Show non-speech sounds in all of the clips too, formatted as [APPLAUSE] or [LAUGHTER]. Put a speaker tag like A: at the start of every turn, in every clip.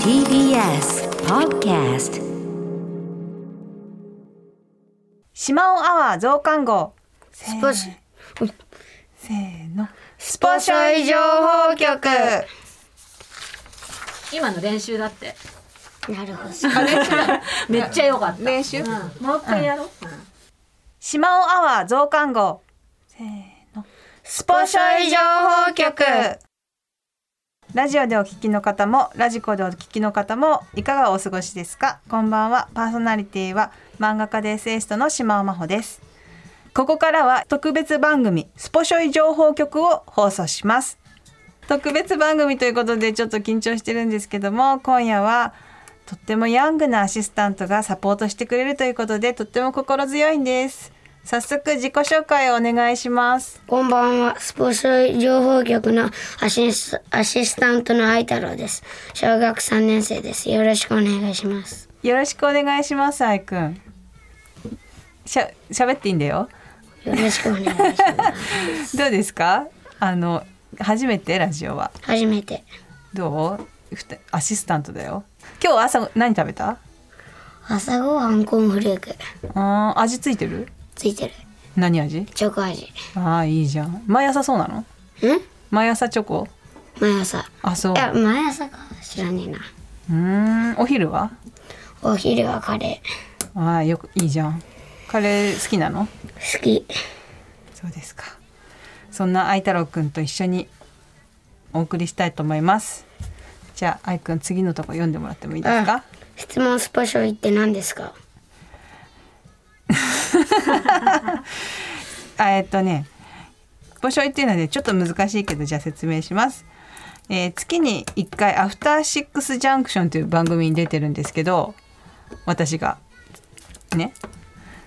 A: TBS Podcast
B: 島尾アワー増刊号せー
C: ポシ
B: せーのス
C: ポショイ情報局
D: 今の練習だって
C: なるほど。
D: [LAUGHS] めっちゃ良かった
B: 練習
D: うん、もう一回やろう、
B: 島尾アワー増刊号せーの
C: スポショイ情報局
B: ラジオでお聞きの方もラジコでお聞きの方もいかがお過ごしですかこんばんはパーソナリティは漫画家でエッセイストの島尾真帆ですここからは特別番組スポショイ情報局を放送します特別番組ということでちょっと緊張してるんですけども今夜はとってもヤングなアシスタントがサポートしてくれるということでとっても心強いんです早速自己紹介をお願いします
C: こんばんは。スポショイ情報局のアシスアシスタントの愛太郎です。小学3年生です。よろしくお願いします。
B: よろしくお願いします、あいくん。しゃ、喋っていいんだよ。
C: よろしくお願いします。
B: どうですか。あの、初めてラジオは。
C: 初めて。
B: どう。ふたアシスタントだよ。今日朝、何食べた。
C: 朝ごはんコーンフレーク。
B: あー味ついてる。
C: ついてる。
B: 何味。
C: チョコ味。
B: ああ、いいじゃん。毎朝そうなの。
C: ん
B: 毎朝チョコ。
C: 毎朝。
B: あ、そう。
C: いうや、毎朝か。知らねえな。
B: ーん、お昼は。
C: お昼はカレ
B: ああ、よく、いいじゃん。カレー好きなの。
C: ー。好き。
B: そうですか。そんな愛太郎くんと一緒にお送りしたいと思います。じゃあ愛くん次のとこ読んでもらってもいいですか。
C: 質問スポショイって何ですか
B: あえっとね、募集っていうのでちょっと難しいけどじゃあ説明します。えー月に1回「アフターシックスジャンクション」という番組に出てるんですけど私がね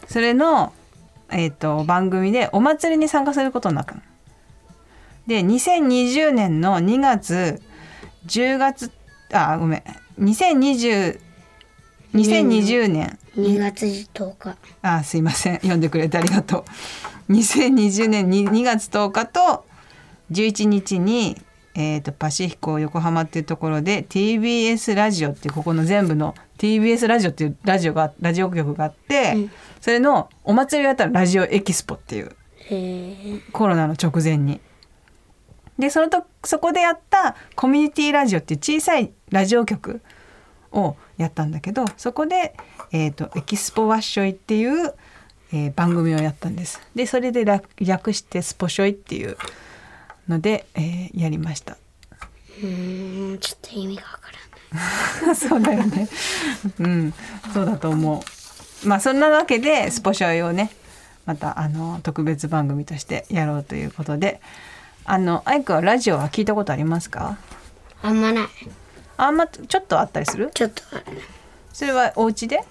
B: それの、えー、と番組でお祭りに参加することになったの。で2020年の2月10月あごめん2020 2020年
C: ?2 月10日。
B: あすいません読んでくれてありがとう2020年に2月10日と11日に、えー、とパシフィコ横浜っていうところで TBS ラジオっていうここの全部の TBS ラジオっていうラジオがラジオ局があって、
C: うん
B: それのお祭りをやったらラジオエキスポっていう
C: へえ。
B: コロナの直前に。でそのとそこでやったコミュニティラジオっていう小さいラジオ局をやったんだけどそこで、えーとエキスポワッショイっていう、えー番組をやったんです。でそれで略略してスポショイっていうので、えーやりました。
C: うーん、ちょっと意味がわからない。
B: [LAUGHS] そうだよね。うん、そうだと思う。まあそんなわけでスポショイをね、またあの特別番組としてやろうということで、あのアイクはラジオは聞いたことありますか？
C: あんまない。
B: あんまちょっとあったりする？
C: ちょっとある。
B: それはお家で？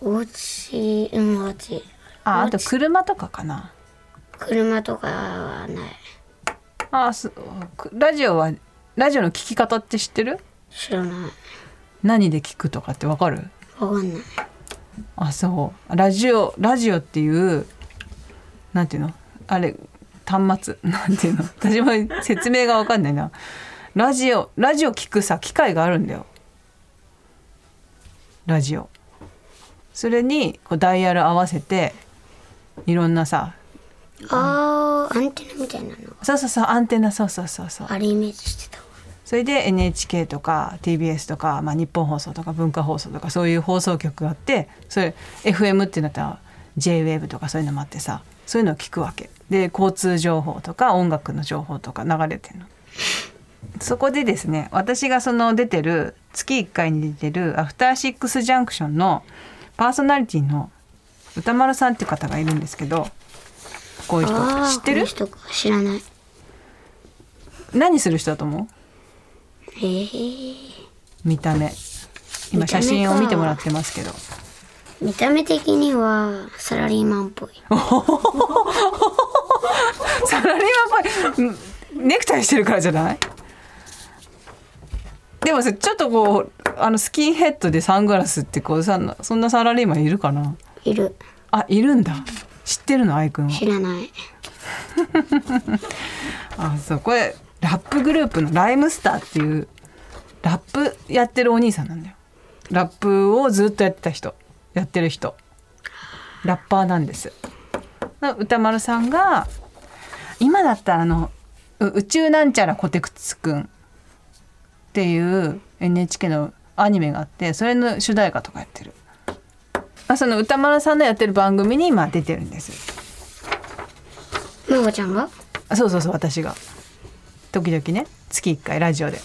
C: お家、うん、お家。
B: あ、あと車とかかな。
C: 車とかはない。
B: あ、すラジオはラジオの聞き方って知ってる？
C: 知らない。
B: 何で聞くとかってわかる？
C: わかんない。
B: あそうラジオラジオっていうなんていうのあれ端末 [LAUGHS] なんていうの私も説明が分かんないなラジオラジオ聞くさ機械があるんだよラジオそれにこうダイヤル合わせていろんなさ
C: あー、アンテナみたいなのが
B: そうそうそうアンテナそうそうそうそう
C: あれイメージしてたわ。
B: それで NHK とか TBS とか、まあ、日本放送とか文化放送とかそういう放送局があってそれ FM ってなったら JWAVE とかそういうのもあってさそういうのを聞くわけで交通情報とか音楽の情報とか流れてるの。そこでですね私がその出てる月1回に出てる「アフターシックスジャンクション」のパーソナリティの歌丸さんっていう方がいるんですけどこういう
C: あ
B: 人知
C: ー
B: ってる
C: この人か知らない。
B: 何する人だと思う
C: へえ。
B: 見た目今
C: 見
B: 写
C: た目か
B: 真を見てもらってますけど
C: 見た目的にはサラリーマンっぽい。
B: サラリーマンっぽいうんネクタイしてるからじゃないでもさちょっとこうあのスキンヘッドでサングラスってこうさそんなサラリーマンいるかない
C: る。
B: あいるんだ知ってるのアイくんは
C: 知らない。
B: あそうこれラップグループのライムスターっていうラップやってるお兄さんなんだよラップをずっとやってた人やってる人ラッパーなんですな歌丸さんが今だったらあのう宇宙なんちゃらこてくつくんっていう NHK のアニメがあってそれの主題歌とかやってるあその歌丸さんのやってる番組に今出てるんです
C: まほちゃんが
B: あそうそうそう私が時々ね月1回ラジオで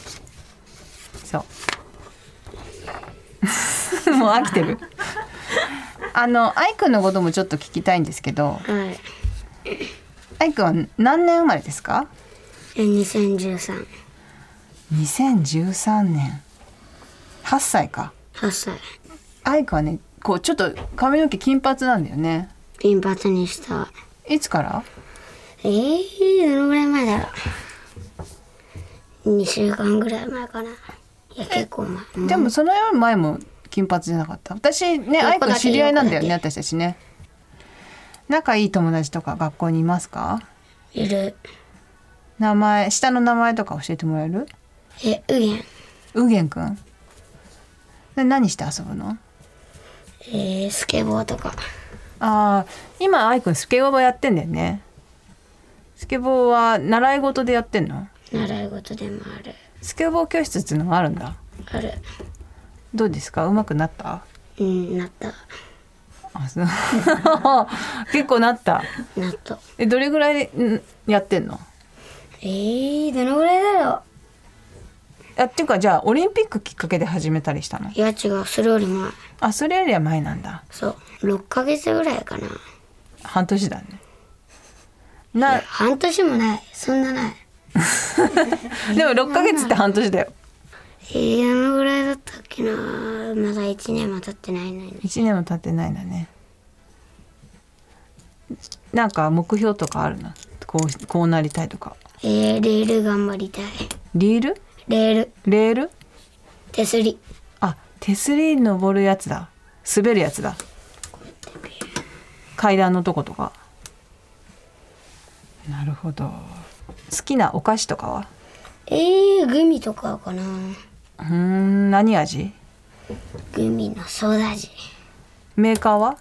B: そうもう [LAUGHS] 飽きてるあの愛くんのこともちょっと聞きたいんですけど
C: はい
B: 愛くんは何年生まれですか
C: え2013
B: 2013年8歳か
C: 8歳
B: 愛くんはねこうちょっと髪の毛金髪なんだよね
C: 金髪にした
B: いつから
C: えー、どのぐらい前だろ [LAUGHS] う2週間ぐらい前かないや結構前
B: でもそのより前も金髪じゃなかった私ね愛子
C: 横だけ
B: の知り合いなんだよね
C: 横
B: 私たちね仲いい友達とか学校にいますか
C: いる
B: 名前下の名前とか教えてもらえる
C: えうげん
B: うげんくんで何して遊ぶの
C: えー、スケボーとか
B: ああ今愛くんスケボーやってんだよねスケボーは習い事でやってんの
C: 習い事でもある
B: スケボー教室っていうのもあるんだ
C: ある
B: どうですか上手くなった
C: うんなった
B: あ [LAUGHS] そう結構なった
C: なった
B: えどれぐらいんやってんの
C: えー、どのぐらいだろ
B: あっていうかじゃあオリンピックきっかけで始めたりしたの
C: ういや違うそれより前
B: あそれよりは前なんだ
C: そう6ヶ月ぐらいかな
B: 半年だねな
C: 半年もないそんなない
B: でも6ヶ月って半年だよ
C: えー、どのぐらいだったっけなまだ1年も経ってないのに
B: 1年も経ってないんだねなんか目標とかあるのこうこうなりたいとか
C: えー、レール頑張りたい
B: リール
C: レール
B: レール
C: 手すり
B: あ手すりに登るやつだ滑るやつだ階段のとことかなるほど好きなお菓子とかは
C: えー、グミとかかな
B: うーん何味
C: グミのソーダ味
B: メーカーは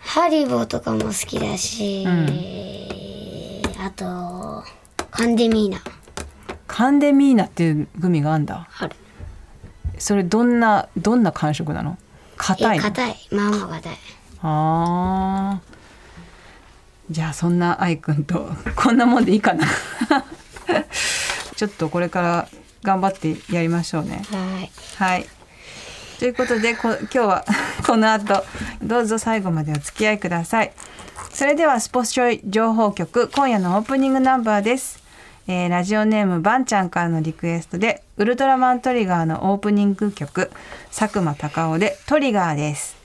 C: ハリボーとかも好きだし、あとカンデミーナ
B: カンデミーナっていうグミがあんだ
C: ある
B: それどんなどんな感触なの
C: え
B: 硬い
C: ー
B: の
C: 硬いまあまあ硬い
B: あーじゃあそんな愛くんとこんなもんでいいかな [LAUGHS] ちょっとこれから頑張ってやりましょうね
C: はい
B: はいということでこ今日は [LAUGHS] この後どうぞ最後までお付き合いくださいそれではスポショイ情報局今夜のオープニングナンバーです、えーラジオネームばんちゃんからのリクエストでウルトラマントリガーのオープニング曲佐久間隆夫でトリガーです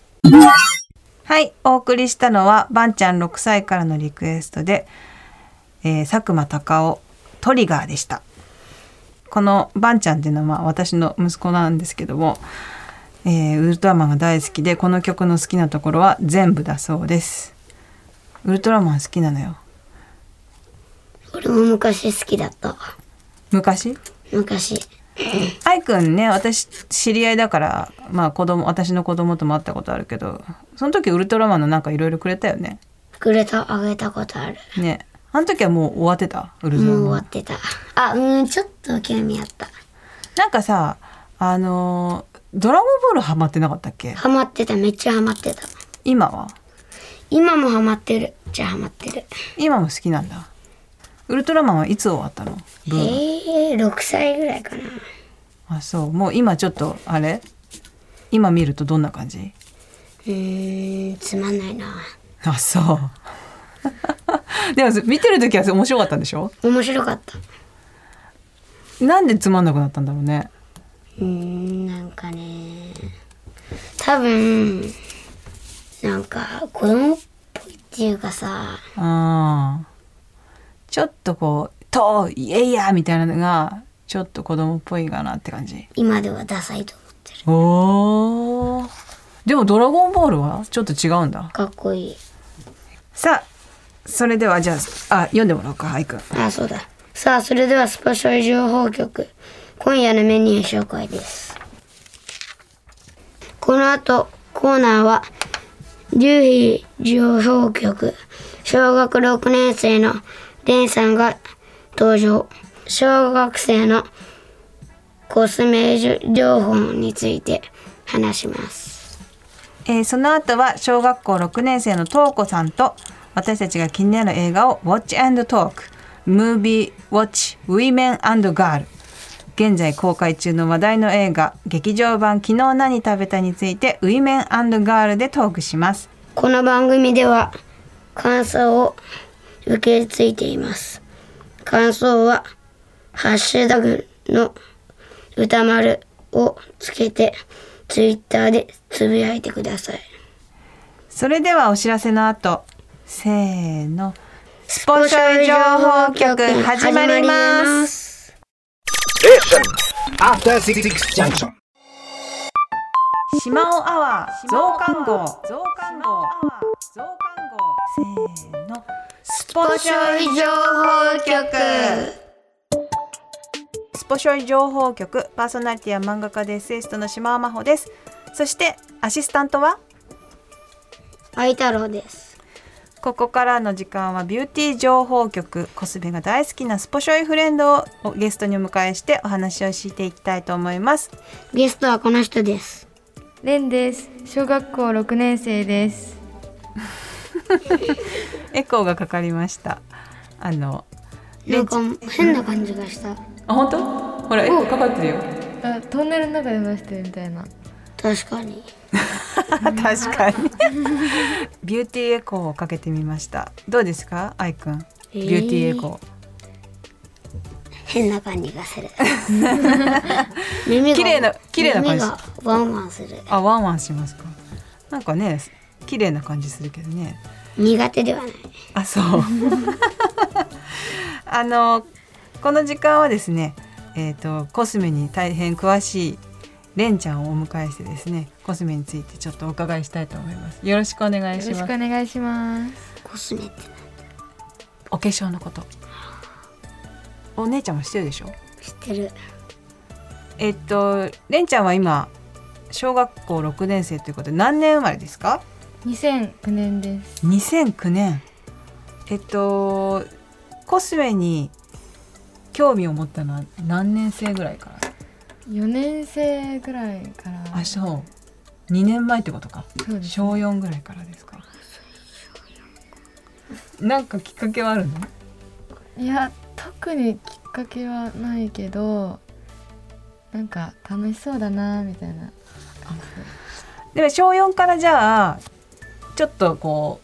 B: はいお送りしたのはばんちゃん6歳からのリクエストで、えー佐久間隆夫トリガーでしたこのバンちゃんっていうのはまあ私の息子なんですけども、えーウルトラマンが大好きでこの曲の好きなところは全部だそうですウルトラマン好きなのよ
C: 俺も昔好きだった
B: 昔
C: 昔
B: アイくんね私知り合いだからまあ子供私の子供とも会ったことあるけどその時ウルトラマンのなんかいろいろくれたよね
C: くれたあげたことある
B: ねあの時はもう終わってたウルトラ
C: もう終
B: マ
C: わ
B: ン
C: ってたあうんちょっと興味あった
B: なんかさあのードラゴンボールハマってなかったっけ
C: ハマってためっちゃハマってた
B: 今は
C: 今もハマってるじゃあハマってる
B: 今も好きなんだウルトラマンはいつ終わったのブーム
C: えー、6歳ぐらいかな
B: あそうもう今ちょっとあれ今見るとどんな感じ
C: うーんつまんないな
B: あそう [LAUGHS] でも見てる時は面白かったんでしょ
C: 面白かった
B: なんでつまんなくなったんだろうね
C: うーんなんかね多分なんか子供っぽいっていうかさ
B: あーちょっとこう「とイエイヤ!」みたいなのがちょっと子供っぽいかなって感じ
C: 今ではダサいと思ってる
B: おーでも「ドラゴンボール」はちょっと違うんだ
C: かっこいい
B: さあそれではじゃああ読んでもらおうかはいくん
C: あそうださあそれではスパシャル情報局今夜のメニュー紹介です。この後、コーナーは、竜飛情報局、小学6年生のレンさんが登場。小学生のコスメ情報について話します。
B: えーその後は小学校6年生のとうこさんと私たちが気になる映画を「Watch and Talk」「ムービー・ウォッチ・ウィメン・アンド・ガール」現在公開中の話題の映画「劇場版昨日何食べた」について「ウィメン・アンド・ガール」でトークします。
C: この番組では感想を受け付いています。感想は、ハッシュタグの歌丸をつけて、ツイッターでつぶやいてください。
B: それではお知らせの後せーのスポシャル情報局始まります
C: す。
E: After Six Six Junction.
B: 島尾アワー増刊号増刊号増刊号せーのスポシャル
C: 情報局。
B: スポショイ情報局パーソナリティは漫画家でエッセイストの島尾真帆ですそしてアシスタントは
C: あいたろうです。
B: ここからの時間はビューティー情報局コスメが大好きなスポショイフレンドをゲストにお迎えしてお話をしていきたいと思います
C: ゲストはこの人です。
F: レンです。小学校六年生です。
B: エコーがかかりましたあの
C: なんか変な感じがした。
B: あ本当ほらエコーかかってるよ
F: あ、トンネルの中で話してるみたいな。
C: 確かに。
B: 確か [LAUGHS] にビューティーエコーをかけてみましたどうですか愛くんビューティーエコー、
C: 変な感じが
B: [LAUGHS]
C: する。耳が
B: 綺麗な綺麗な感じ
C: 耳がワンワンする。
B: あワンワンしますかなんかね綺麗な感じするけどね
C: 苦手ではない。
B: あそうあのこの時間はですねえっ、とコスメに大変詳しいレンちゃんをお迎えしてですねコスメについてちょっとお伺いしたいと思いますよろしくお願い
F: よ
B: し
F: ろしく
B: ま
F: お
B: す
F: 願いします。
C: コスメって
B: お化粧のことお姉ちゃんもしてるでしょ
C: 知ってる。
B: えっ、とレンちゃんは今小学校6年生ということで何年生まれですか
F: 二千九年です。
B: 2009年えっとコスメに興味を持ったのは何年生ぐらいから
F: 四年生ぐらいから。
B: あそう2年前ってことか
F: そうです。
B: 小4ぐらいからですかなんかきっかけはあるの
F: いや、特にきっかけはないけど。なんか楽しそうだなみたいな。
B: でも小4からじゃあちょっとこ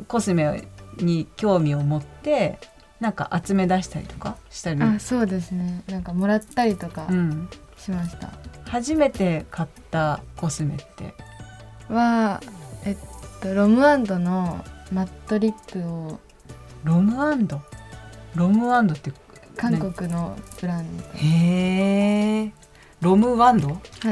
B: うコスメに興味を持ってなんか集め出したりとかしたり、
F: あ、そうですね。なんかもらったりとか
B: うん、
F: しました。
B: 初めて買ったコスメって
F: は、えっと、ロムアンドのマットリップを
B: ロムアンドロムアンドって
F: 韓国のブランド。
B: へえ。ロムワンド。
F: はい。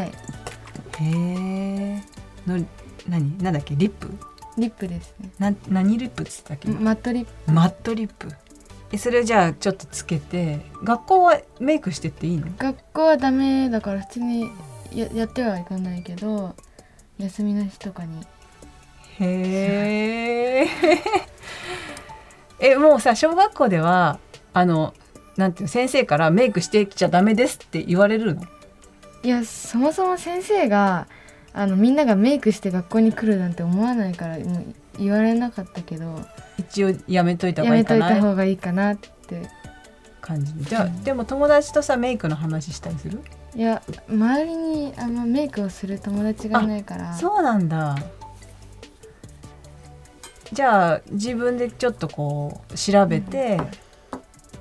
B: へえ。の、なに、なんだっけ、リップ。
F: リップですね。
B: な、何リップっつったっけ。
F: マットリップ
B: マットリップ。え、それをじゃあ、ちょっとつけて、学校はメイクしてっていいの。
F: 学校はダメだから普通にややってはいかないけど休みの日とかに
B: へえ。 [LAUGHS] え、もうさ、小学校では、あの。なんていうの先生からメイクしてきちゃダメですって言われるの
F: いやそもそも先生があのみんながメイクして学校に来るなんて思わないからもう言われなかったけど
B: 一応やめといた方
F: や
B: がいい
F: めと
B: か
F: いた
B: な
F: 方がいいかなって
B: 感じでじゃあでも友達とさメイクの話したりする
F: いや周りにあんまメイクをする友達がいないから
B: そうなんだじゃあ自分でちょっとこう調べて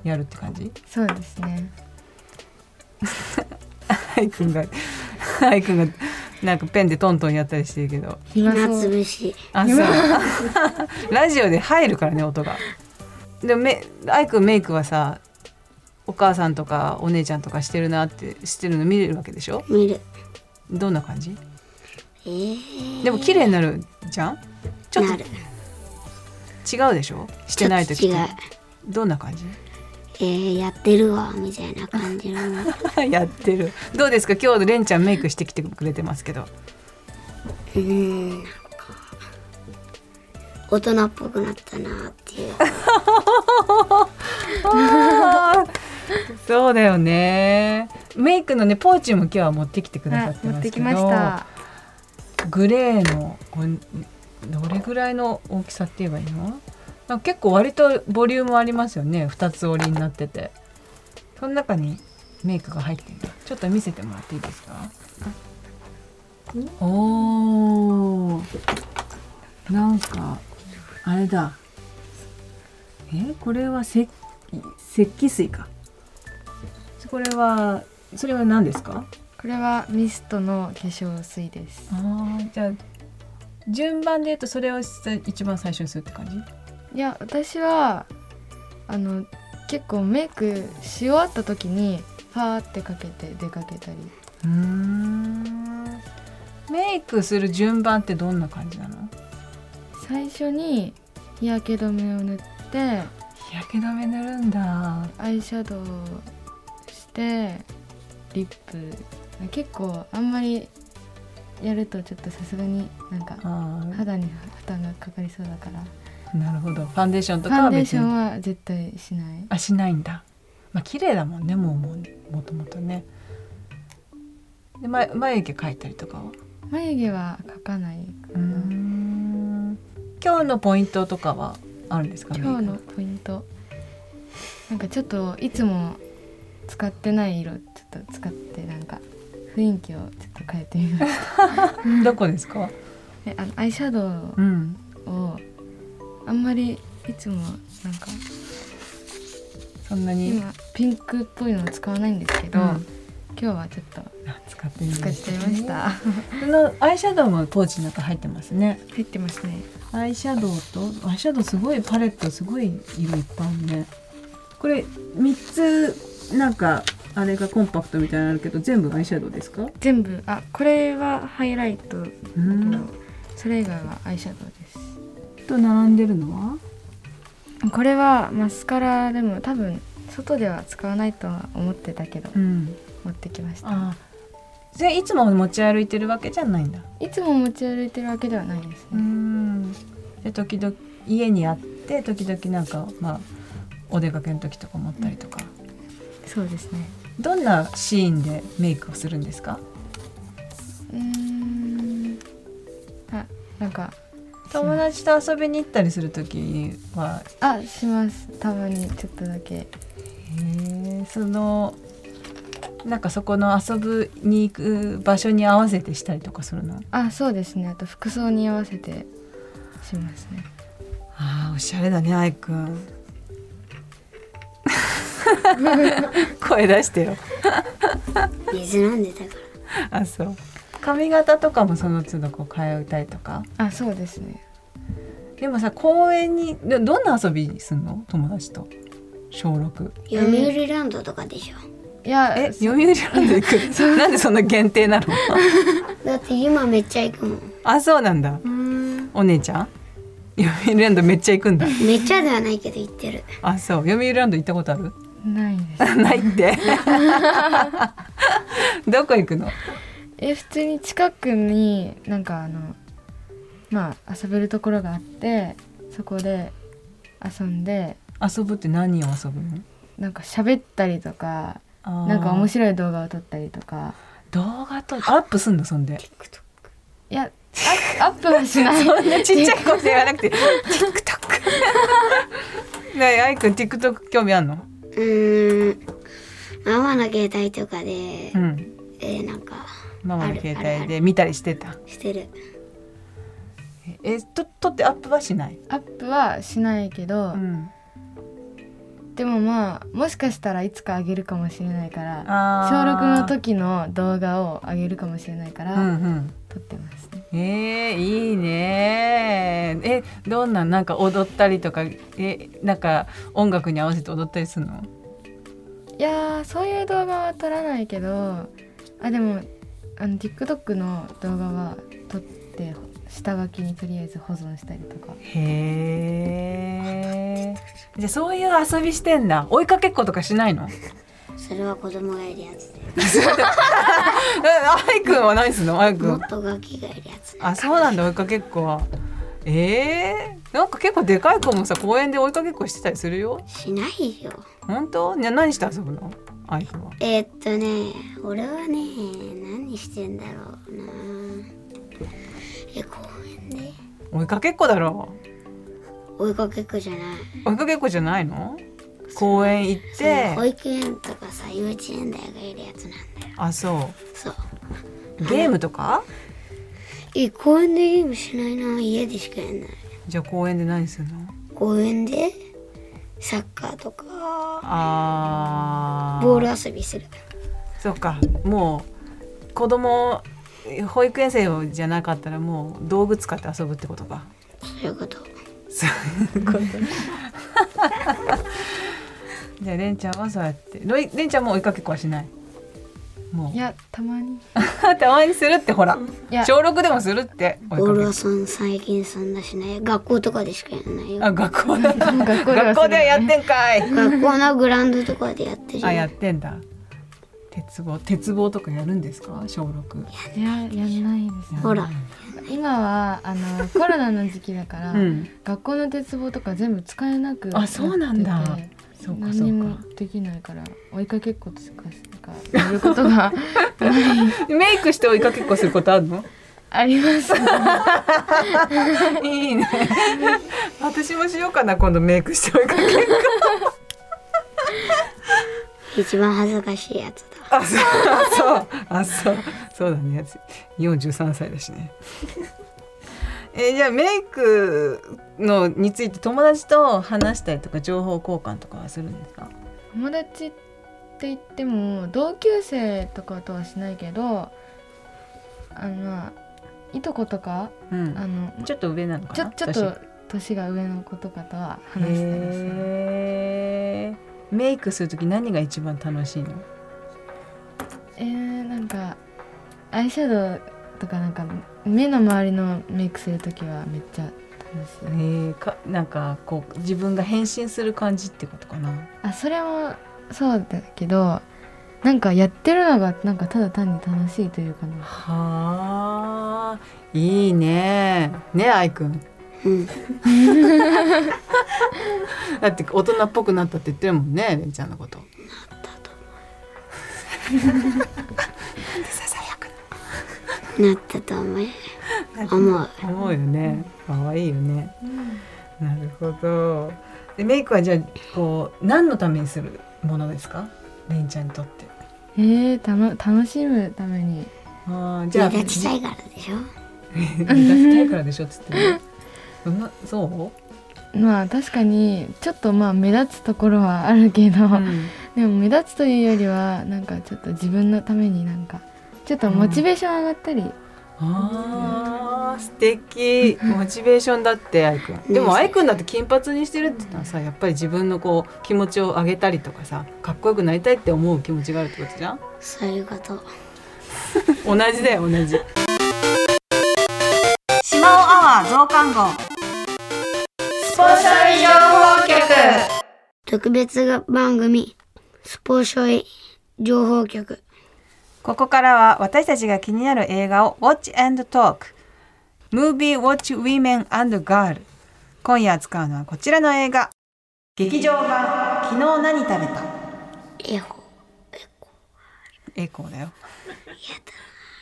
B: やるって感じ [LAUGHS]
F: そうですね
B: アイくんが [LAUGHS] アイくんがなんかペンでトントンやったりしてるけど
F: 暇
C: 暇
F: そ
C: つ
F: う
C: ぶし。
B: あそう [LAUGHS] ラジオで入るからね音がでもめアイくんメイクはさお母さんとかお姉ちゃんとかしてるなってしてるの見れるわけでしょ
C: 見る。
B: どんな感じ
C: えー、
B: でも綺麗になるじゃんちょっと
C: なる。
B: 違うでしょしてない時
C: ちょっと違う。
B: どんな感じ [LAUGHS]
C: えーやってるわみたいな感じの
B: やってるどうですか今日レンちゃんメイクしてきてくれてますけど
C: うんなんか大人っぽくなったなっていう
B: そうだよねメイクのねポーチも今日は持ってきてくださ
F: は
B: っ
F: い、
B: て
F: 持
B: ます
F: って
B: け
F: き
B: ど
F: ました。
B: グレーのこれどれぐらいの大きさって言えばいいのなんか結構割とボリュームありますよね二つ折りになっててその中にメイクが入ってるちょっと見せてもらっていいですかおーなんかあれだえこれは石石器水かこれはそれは何ですか
F: これはミストの化粧水です。
B: ああじゃあ順番で言うとそれをさ一番最初にするって感じ
F: いや、私はあの結構メイクし終わった時にファーってかけて出かけたり。
B: うんメイクする順番ってどんな感じなの
F: 最初に日焼け止めを塗って
B: 日焼け止め塗るんだ
F: アイシャドウしてリップ結構あんまりやるとちょっとさすがになんか
B: あー
F: 肌に負担がかかりそうだから
B: なるほどファンデーション
F: フ
B: とか
F: ァ
B: は
F: ンデー
B: 別
F: ション
B: に
F: は絶対しない
B: あしないんだまあ綺麗だもんねもうもうもともとねでま眉毛描いたりとかは
F: 眉毛は描かないかな
B: うん今日のポイントとかはあるんですか
F: 今日の
B: メイ
F: ポイントなんかちょっといつも使ってない色ちょっと使ってなんか雰囲気をちょっと変えてみま [LAUGHS] した
B: クのどこですか
F: えあのアイシャドウ
B: うん
F: をあんまりいつもなんか
B: そんなに
F: 今ピンクっぽいのを使わないんですけど、
B: うん
F: 今日はちょっと
B: あ使ってみま
F: 使っちゃいました。
B: このアイシャドウもポーチの中入ってますね。
F: 入ってますね。
B: アイシャドウとアイシャドウすごいパレットすごい色いっぱいあるね。これ三つなんかあれがコンパクトみたいなのあるけど全部アイシャドウですか？
F: 全部あこれはハイライトだけど、
B: うん
F: それ以外はアイシャドウです。
B: と並んでるのは？
F: これはマスカラでも多分外では使わないとは思ってたけど、
B: ん。
F: 持ってきました。
B: ああ。でいつも持ち歩いてるわけじゃないんだ。
F: いつも持ち歩いてるわけではないですね。
B: ん。で時々家にあって時々なんかまあお出かけの時とか持ったりとか。
F: そうですね。
B: どんなシーンでメイクをするんですか？
F: うーん。あなんか
B: 友達と遊びに行ったりする時は
F: あします。たまにちょっとだけ。
B: へえそのなんかそこの遊ぶに行く場所に合わせてしたりとかするの
F: あそうですねあと服装に合わせてしますね
B: あーおしゃれだねアイく [LAUGHS] ん声出してよ
C: 水飲んでたか
B: あそう髪型とかもその都度こう変えたりとか
F: あそうですね
B: でもさ公園にどどんな遊びすんの友達と小6
C: ら読売ランドとかでしょ
F: いや
B: え
F: そ
B: 読売ランド行くなんでそんな限定なの
C: だって今めっちゃ行くもん
B: あそうなんだお姉ちゃん読売ランドめっちゃ行くんだ
C: めっちゃではないけど行ってる
B: あそう読売ランド行ったことある [LAUGHS]
F: ないです
B: ないって [LAUGHS] どこ行くの
F: え普通に近くになんかあのまあ遊べるところがあってそこで遊んで
B: 遊ぶって何を遊ぶの
F: なんか喋ったりとか
B: あー
F: なんか面白い動画を撮ったりとか
B: 動画とアップすんのそんで
F: いやアップアップはしな
B: [LAUGHS]
F: い
B: そんなちっちゃい声で言わなくて TikTok ねえ愛くん TikTok 興味あんの
C: うーんママの携帯とかで、
B: うん
C: えーなんか
B: ママの携
C: あるある
B: 帯で見たりしてた
C: してる
B: えと撮ってアップはしない、
F: [LAUGHS] アップはしないけど、
B: ん、
F: でもまあもしかしたらいつかあげるかもしれないから
B: あ
F: 小
B: ー
F: 6の時の動画を上げるかもしれないから、
B: うん
F: 撮ってますね
B: うんえー、いいねえどんななんか踊ったりとかえなんか音楽に合わせて踊ったりするの
F: いやーそういう動画は撮らないけどあでもあの TikTok の動画は撮って下書きにとりあえず保存したりとか
B: へえ。えじゃあそういう遊びしてんだ追いかけっことかしないの
C: それは子供がいるやつで
B: えアイくんは何すんのアイく
C: も
B: ん
C: っとガキがいるやつ
B: あそうなんだ追いかけっこはえー、なんか結構でかい子もさ公園で追いかけっこしてたりするよ
C: しないよ
B: 本当ね何して遊ぶのアイくんは
C: えーっとね俺はね何してんだろうなえ公園で
B: 追いかけっこだろ
C: 追いかけっこじゃない
B: 追いかけっこじゃないの公園行っ
C: その保
B: て
C: 育園とかさ幼稚園だよがいるやつなんだよ
B: あそ
C: そう
B: うゲームとか
C: え公園でゲームしないな家でしかやんない
B: じゃあ公園で何するの
C: 公園でサッカーとか
B: あー
C: ボール遊びする
B: そっかもう子供保育園生じゃなかったらもう道具使って遊ぶってことか
C: そういうこと
B: そういうことじゃあレンちゃんはそうやってロイレンちゃんも追いかけっこはしないも
F: いやたまに
B: う [LAUGHS] たまにするってほら
F: いや
B: 小6でもするって追いかけ
C: 俺
B: っ
C: はそん最近そんなしない学校とかでしかやんない
B: こあ
C: よ
B: 学
F: [LAUGHS]
B: 校だ
F: 学校ではする
B: 学校ではやってんかい
C: 学校のグラウンドとかでやってるよ
B: あやってんだ鉄棒鉄棒とかやるんですか小6
F: いややんないですね
C: ほら
F: 今はあのコロナの時期だから、
B: うん
F: 学校の鉄棒とか全部使えなく
B: あそうなんだ
F: ってて
B: そうか
F: 何
B: そ
F: に
B: う
F: も
B: か
F: できないから追いかけっことかしかやることが
B: メイクして追いかけっこすることあるの
F: あります
B: [LAUGHS] いいね。私もしようかな、今度メイクして追いかける。
C: 一番恥ずかしいやつだ
B: あ、そう、あそう、あ、そう、そうだね、四十三歳だしね。えーじゃあメイクのについて友達と話したりとか情報交換とかはするんですか。
F: 友達って言っても同級生とかとはしないけどあのまあいとことか
B: う
F: あ
B: ん。
F: の
B: ちょっと上なのか
F: ちょ
B: な。
F: ちょっと年が上の子とかとは
B: 私。
F: 話してますね
B: へーメイクするとき何が一番楽しいの。
F: えー、なんかアイシャドウとかなんか目の周りのメイクするときはめっちゃ
B: え
F: 楽しい
B: ー、か、なんかこう自分が変身する感じってことかな。
F: あそれもそうだけどなんかやってるのがなんかただ単に楽しいというかな
B: はあいいねね愛くん
C: うん
B: だって大人っぽくなったって言ってるもんねれんちゃんのことなったと思うささやく
C: なったと思う
B: な
C: 思う
B: 思うよね可愛いよね、なるほどでメイクはじゃあこう何のためにするものですかれんちゃんにとって
F: えー、たの楽しむために
B: あーじゃあ
C: 目立ちたいからでしょ
B: 目立ちたいからでしょっつって [LAUGHS] ねそんなそ
F: まあ確かにちょっとまあ目立つところはあるけど、
B: う、
F: でも目立つというよりはなんかちょっと自分のためになんかちょっとモチベーション上がったり、
B: あー素敵モチベーションだって愛くんでも愛くんだって金髪にしてるって言ったらさやっぱり自分のこう気持ちを上げたりとかさかっこよくなりたいって思う気持ちがあるってことじゃん
C: そういうこと
B: 同じだよ同じ
A: 島尾アワー増刊号
B: スポンサー情報局
C: 特別番組スポーショイ情報局
B: ここからは私たちが気になる映画を Watch and Talk Movie Watch Women and Girl 今夜扱うのはこちらの映画劇場版昨日何食べた
C: エホ
B: エコーだよ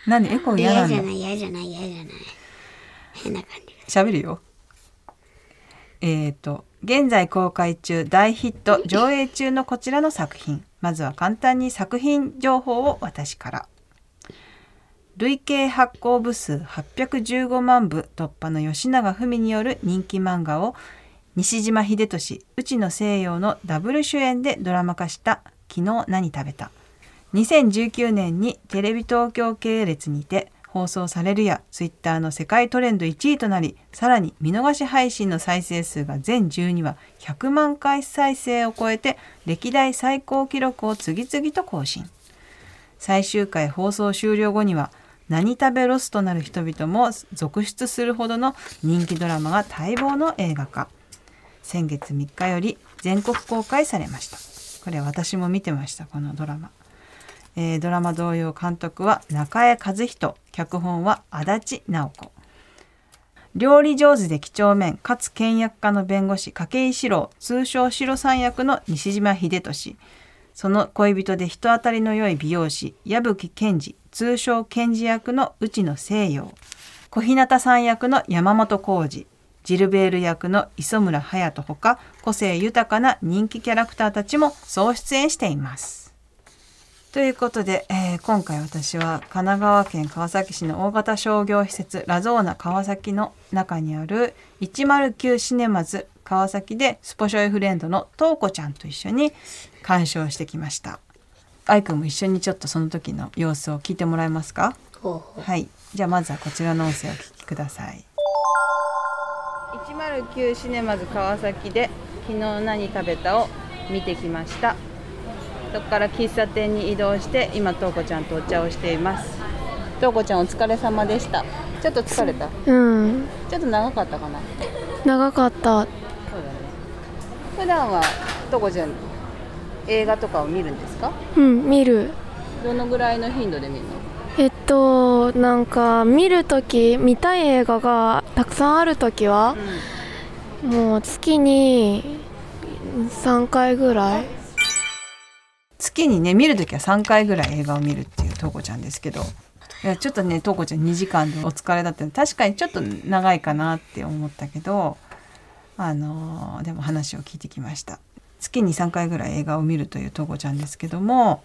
B: なんでエコー嫌な
C: 嫌
B: ん
C: じ
B: だ
C: ゃない嫌じゃない嫌じゃない変な感じ
B: 喋るよえー、と現在公開中大ヒット上映中のこちらの作品まずは簡単に作品情報を私から累計発行部数815万部突破の吉永文による人気漫画を西島秀俊「うちの西洋」のダブル主演でドラマ化した「昨日何食べた」2019年にテレビ東京系列にて放送されるや Twitter の世界トレンド1位となりさらに見逃し配信の再生数が全12話100万回再生を超えて歴代最高記録を次々と更新最終回放送終了後には何食べロスとなる人々も続出するほどの人気ドラマが待望の映画化先月3日より全国公開されましたこれ私も見てましたこのドラマ、えードラマ同様監督は中江和人脚本は足立直子料理上手で几帳面かつ倹約家の弁護士筧史郎通称史郎さん役の西島秀俊その恋人で人当たりの良い美容師矢吹健二通称健二役の内野聖陽小日向さん役の山本浩二ジルベール役の磯村勇斗ほか個性豊かな人気キャラクターたちも総出演しています。ということで、えー今回私は神奈川県川崎市の大型商業施設ラゾーナ川崎の中にある109シネマズ川崎でスポショイフレンドのトウコちゃんと一緒に鑑賞してきました。愛くんも一緒にちょっとその時の様子を聞いてもらえますか
C: ほうほ
B: はい、じゃあまずはこちらの音声をお聞きください。109シネマズ川崎で昨日何食べたを見てきました。そこから喫茶店に移動して今とうこちゃんとお茶をしています。とうこちゃんお疲れ様でした。ちょっと疲れた。
E: うん
B: ちょっと長かったかな。
E: 長かった
B: そうだね。普段はとうこちゃん映画とかを見るんですか？
E: うん見る
B: どのぐらいの頻度で見るの？
E: えっとなんか見るとき見たい映画がたくさんあるときは、もう月に3回ぐらい
B: 月にね見るときは3回ぐらい映画を見るっていうとうこちゃんですけどいやちょっとねとうこちゃん2時間でお疲れだったので確かにちょっと長いかなって思ったけどあのーでも話を聞いてきました月に3回ぐらい映画を見るというとうこちゃんですけども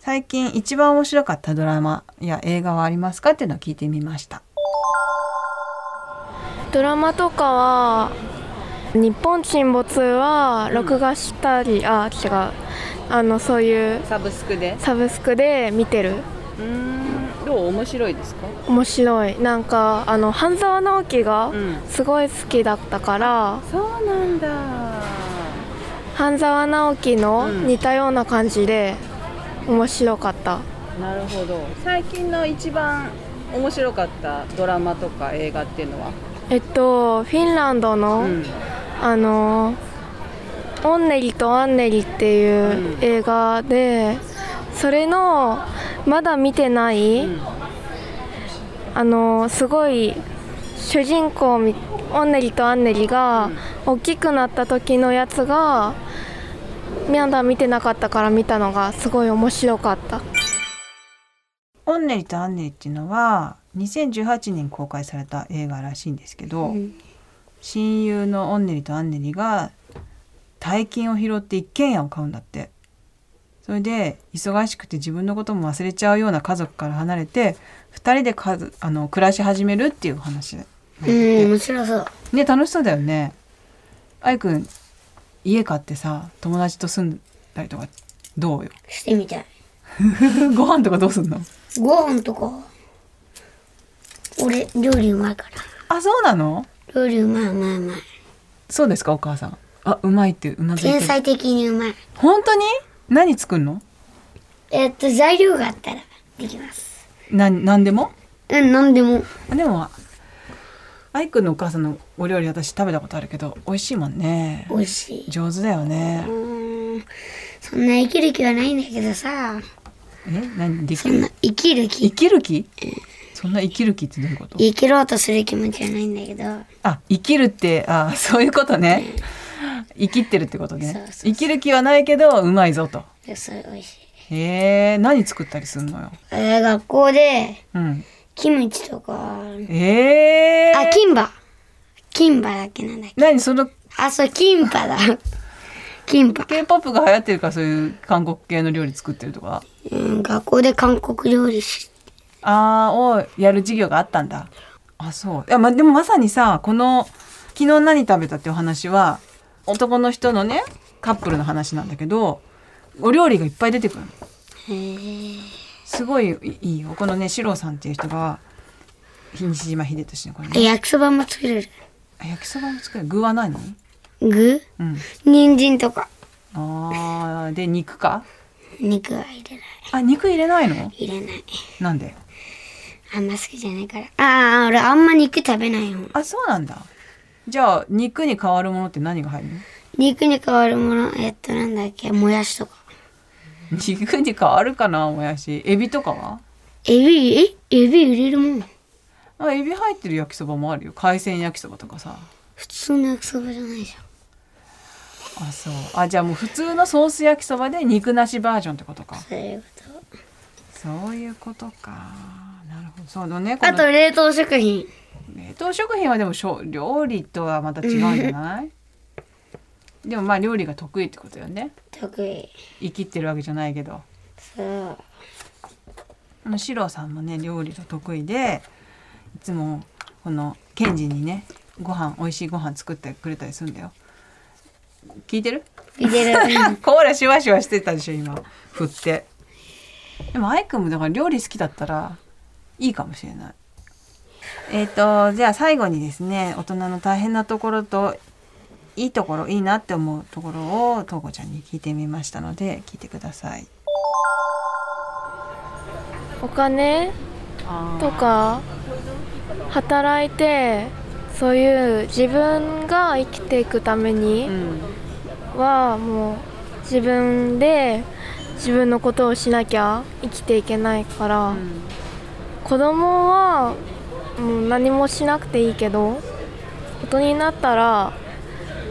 B: 最近一番面白かったドラマや映画はありますかっていうのを聞いてみました
E: ドラマとかは「日本沈没」は録画したり、あ違うあのそういう
B: サブスクで
E: サブスクで見てる
B: うーんどう面白いですか
E: 面白いなんかあの半沢直樹が
B: ん
E: すごい好きだったから、
B: そうなんだ
E: 半沢直樹の
B: うん
E: 似たような感じで面白かった、
B: なるほど最近の一番面白かったドラマとか映画っていうのは
E: えっとフィンランドの、
B: うん
E: あのオンネリとアンネリっていう
B: うん
E: 映画で、それのまだ見てない、
B: うん
E: あのすごい主人公みオンネリとアンネリが大きくなった時のやつがまだ見てなかったから見たのがすごい面白かった
B: オンネリとアンネリっていうのは2018年公開された映画らしいんですけど、親友のオンネリとアンネリが大金を拾って一軒家を買うんだってそれで忙しくて自分のことも忘れちゃうような家族から離れて2人でかずあの暮らし始めるっていう話ね
C: ううん面白そう
B: 楽しそうだよね愛くん家買ってさ友達と住んだりとかどうよ [LAUGHS]
C: してみたい
B: ご飯とかどうすんの
C: ご飯とか俺料理うまいから
B: あそうなの
C: 料理うまいうまいうまい
B: そうですかお母さんあうまいってうなずいてる
C: 天才的にうまい
B: 本当に何作るの
C: えっと材料があったらできます
B: な何でも
C: うん何でも
B: あでも愛くんのお母さんのお料理私食べたことあるけど美味しいもんね
C: 美味しい
B: 上手だよね
C: うーんそんな生きる気はないんだけどさ
B: え何で
C: そ
B: き
C: ん
B: る
C: な生きる
B: 生
C: 気
B: きる気そんな生きる気ってどういうこと
C: 生きろうとする気持ちはないんだけど
B: あ生きるってあそういうことね生きってるってこと
C: そうそう
B: ね
C: そ
B: 生
C: う
B: きる気はないけどうまいぞと
C: いやそれ美味しい
B: へえ何作ったりすんのよ
C: えー学校で
B: うん
C: キムチとか
B: ええ
C: あキンバキンバだっけなんだっけ
B: 何その
C: あそうキンパだ [LAUGHS] キンパ
B: K-POP が流行ってるからそういう韓国系の料理作ってるとか
C: うん学校で韓国料理し
B: あーをやる授業があったんだあそういや、ま、でもまさにさこの「昨日何食べた」っていうお話は男の人のねカップルの話なんだけどお料理がいっぱい出てくるの
C: へー
B: すごいいいいよこのね四郎さんっていう人が西島秀俊のこれね
C: 焼きそばも作れる
B: あ焼きそばも作る具は何
C: 具
B: うん
C: 人参とか
B: [LAUGHS] あーで肉か
C: 肉は入れない
B: あ肉入れないの
C: 入れない
B: なんで
C: あんま好きじゃないからああ俺あんま肉食べないもん
B: あそうなんだじゃあ肉に変わるものって何が入 [LAUGHS] るの
C: 肉に変わるものえっとなんだっけもやしとか
B: 肉に変わるかなもやしエビとかは
C: エビえエビ売れるもん
B: あエビ入ってる焼きそばもあるよ海鮮焼きそばとかさ
C: 普通の焼きそばじゃないじゃん
B: あそうあじゃあもう普通のソース焼きそばで肉なしバージョンってことか
C: そういうこ
B: そういうことかなるほどそうだね
C: と
B: こ
C: あと
B: の
C: 冷凍食品
B: 冷凍食品はでもしょ料理とはまた違うんじゃないでもまあ料理が得意ってことよね
C: 得意
B: 生きってるわけじゃないけど
C: そう
B: あのシロさんもね料理が得意でいつもこのケンジにねご飯美味しいご飯作ってくれたりするんだよ聞いてる
C: 見てる [LAUGHS]
B: コーラシュワシュワしてたでしょ今振ってでもアイくんもだから料理好きだったらいいかもしれないえっ、とじゃあ最後にですね大人の大変なところといいところいいなって思うところをとうこちゃんに聞いてみましたので聞いてください
E: お金とか働いてそういう自分が生きていくために
B: ん
E: はもう自分で自分のことをしなきゃ生きていけないから、子供はもう何もしなくていいけど大人になったら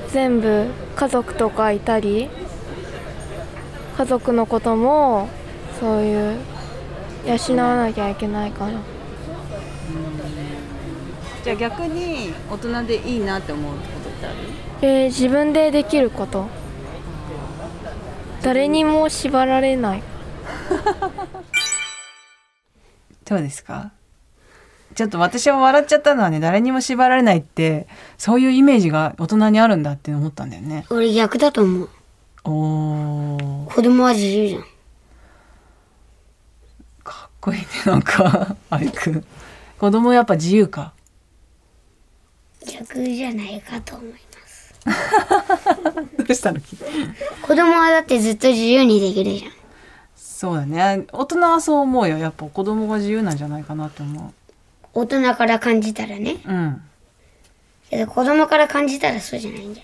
E: 全部家族とかいたり家族のこともそういう養わなきゃいけないから。
A: じゃあ逆に大人でいいなって思うことってある
E: えー自分でできること誰にも縛られない
B: どうですかちょっと私は笑っちゃったのはね誰にも縛られないってそういうイメージが大人にあるんだって思ったんだよね。
C: 俺逆だと思う
B: おー
C: 子供は自由じゃん
B: かっこいいねなんかアイくん [LAUGHS] 子供やっぱ自由か
C: 逆じゃないかと思います
B: どうしたの
C: 子供はだってずっと自由にできるじゃん
B: そうだね大人はそう思うよやっぱ子供が自由なんじゃないかなと思
C: 大人から感じたらね
B: ううん
C: けど子供から感じたらそうじゃないんじゃ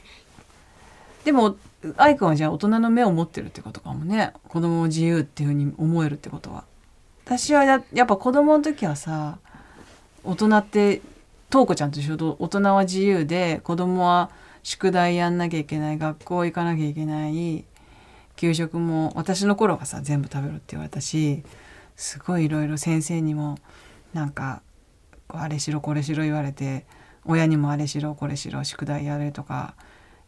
B: でもアイくんはじゃあ大人の目を持ってるってことかもね子供を自由っていうふうに思えるってことは私はややっぱ子供の時はさ大人ってとうこちゃんと一緒で大人は自由で子供は宿題やんなきゃいけない学校行かなきゃいけない給食も私の頃はさ全部食べろって言われたしすごいいろいろ先生にもなんかあれしろこれしろ言われて親にもあれしろこれしろ宿題やれとか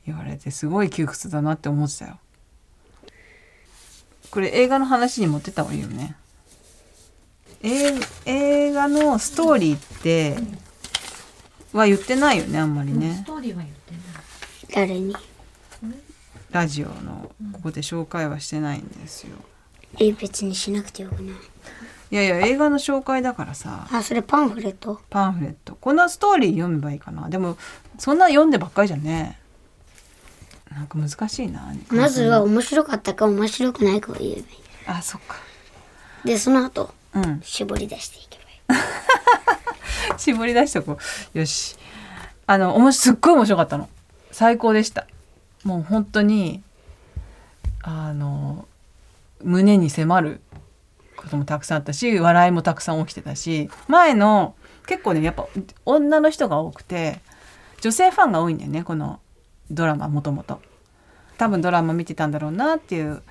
B: 言われてすごい窮屈だなって思ってたよこれ映画の話に持ってった方がいいよねえー映画のストーリーっては言ってないよねあんまり
D: ス
B: ね
D: トーリーは言ってない。
C: ん誰に
B: ラジオのここで紹介はしてないんですよ
C: え別にしなくてよくない
B: いやいや映画の紹介だからさ
C: あそれパンフレット
B: パンフレットこんなストーリー読めばいいかなでもそんな読んでばっかりじゃねなんか難しいな
C: まずは面白かったか面白くないかを言えばいい
B: あそっか
C: でその後
B: うん
C: 絞り出していけばいい
B: 絞り出しとこうよしあのおもしすっごい面白かったの最高でしたもう本当にあの胸に迫ることもたくさんあったし笑いもたくさん起きてたし前の結構ねやっぱ女の人が多くて女性ファンが多いんだよねこのドラマもともと多分ドラマ見てたんだろうなっていう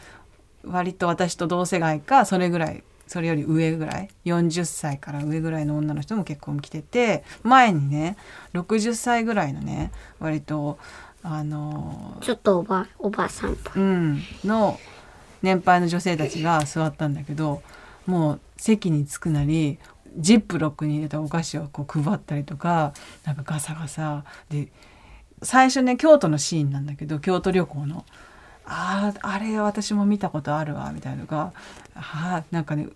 B: 割と私と同世代かそれぐらいそれより上ぐらい40歳から上ぐらいの女の人も結婚来てて前にね60歳ぐらいのね割とあの
C: ちょっとおばおばさんっぽ
B: う
C: い
B: ん、の年配の女性たちが座ったんだけどもう席に着くなりジップロックに入れたお菓子をこう配ったりとかなんかガサガサで最初ね京都のシーンなんだけど京都旅行の「あーあれ私も見たことあるわ」みたいなのが「あーなんかね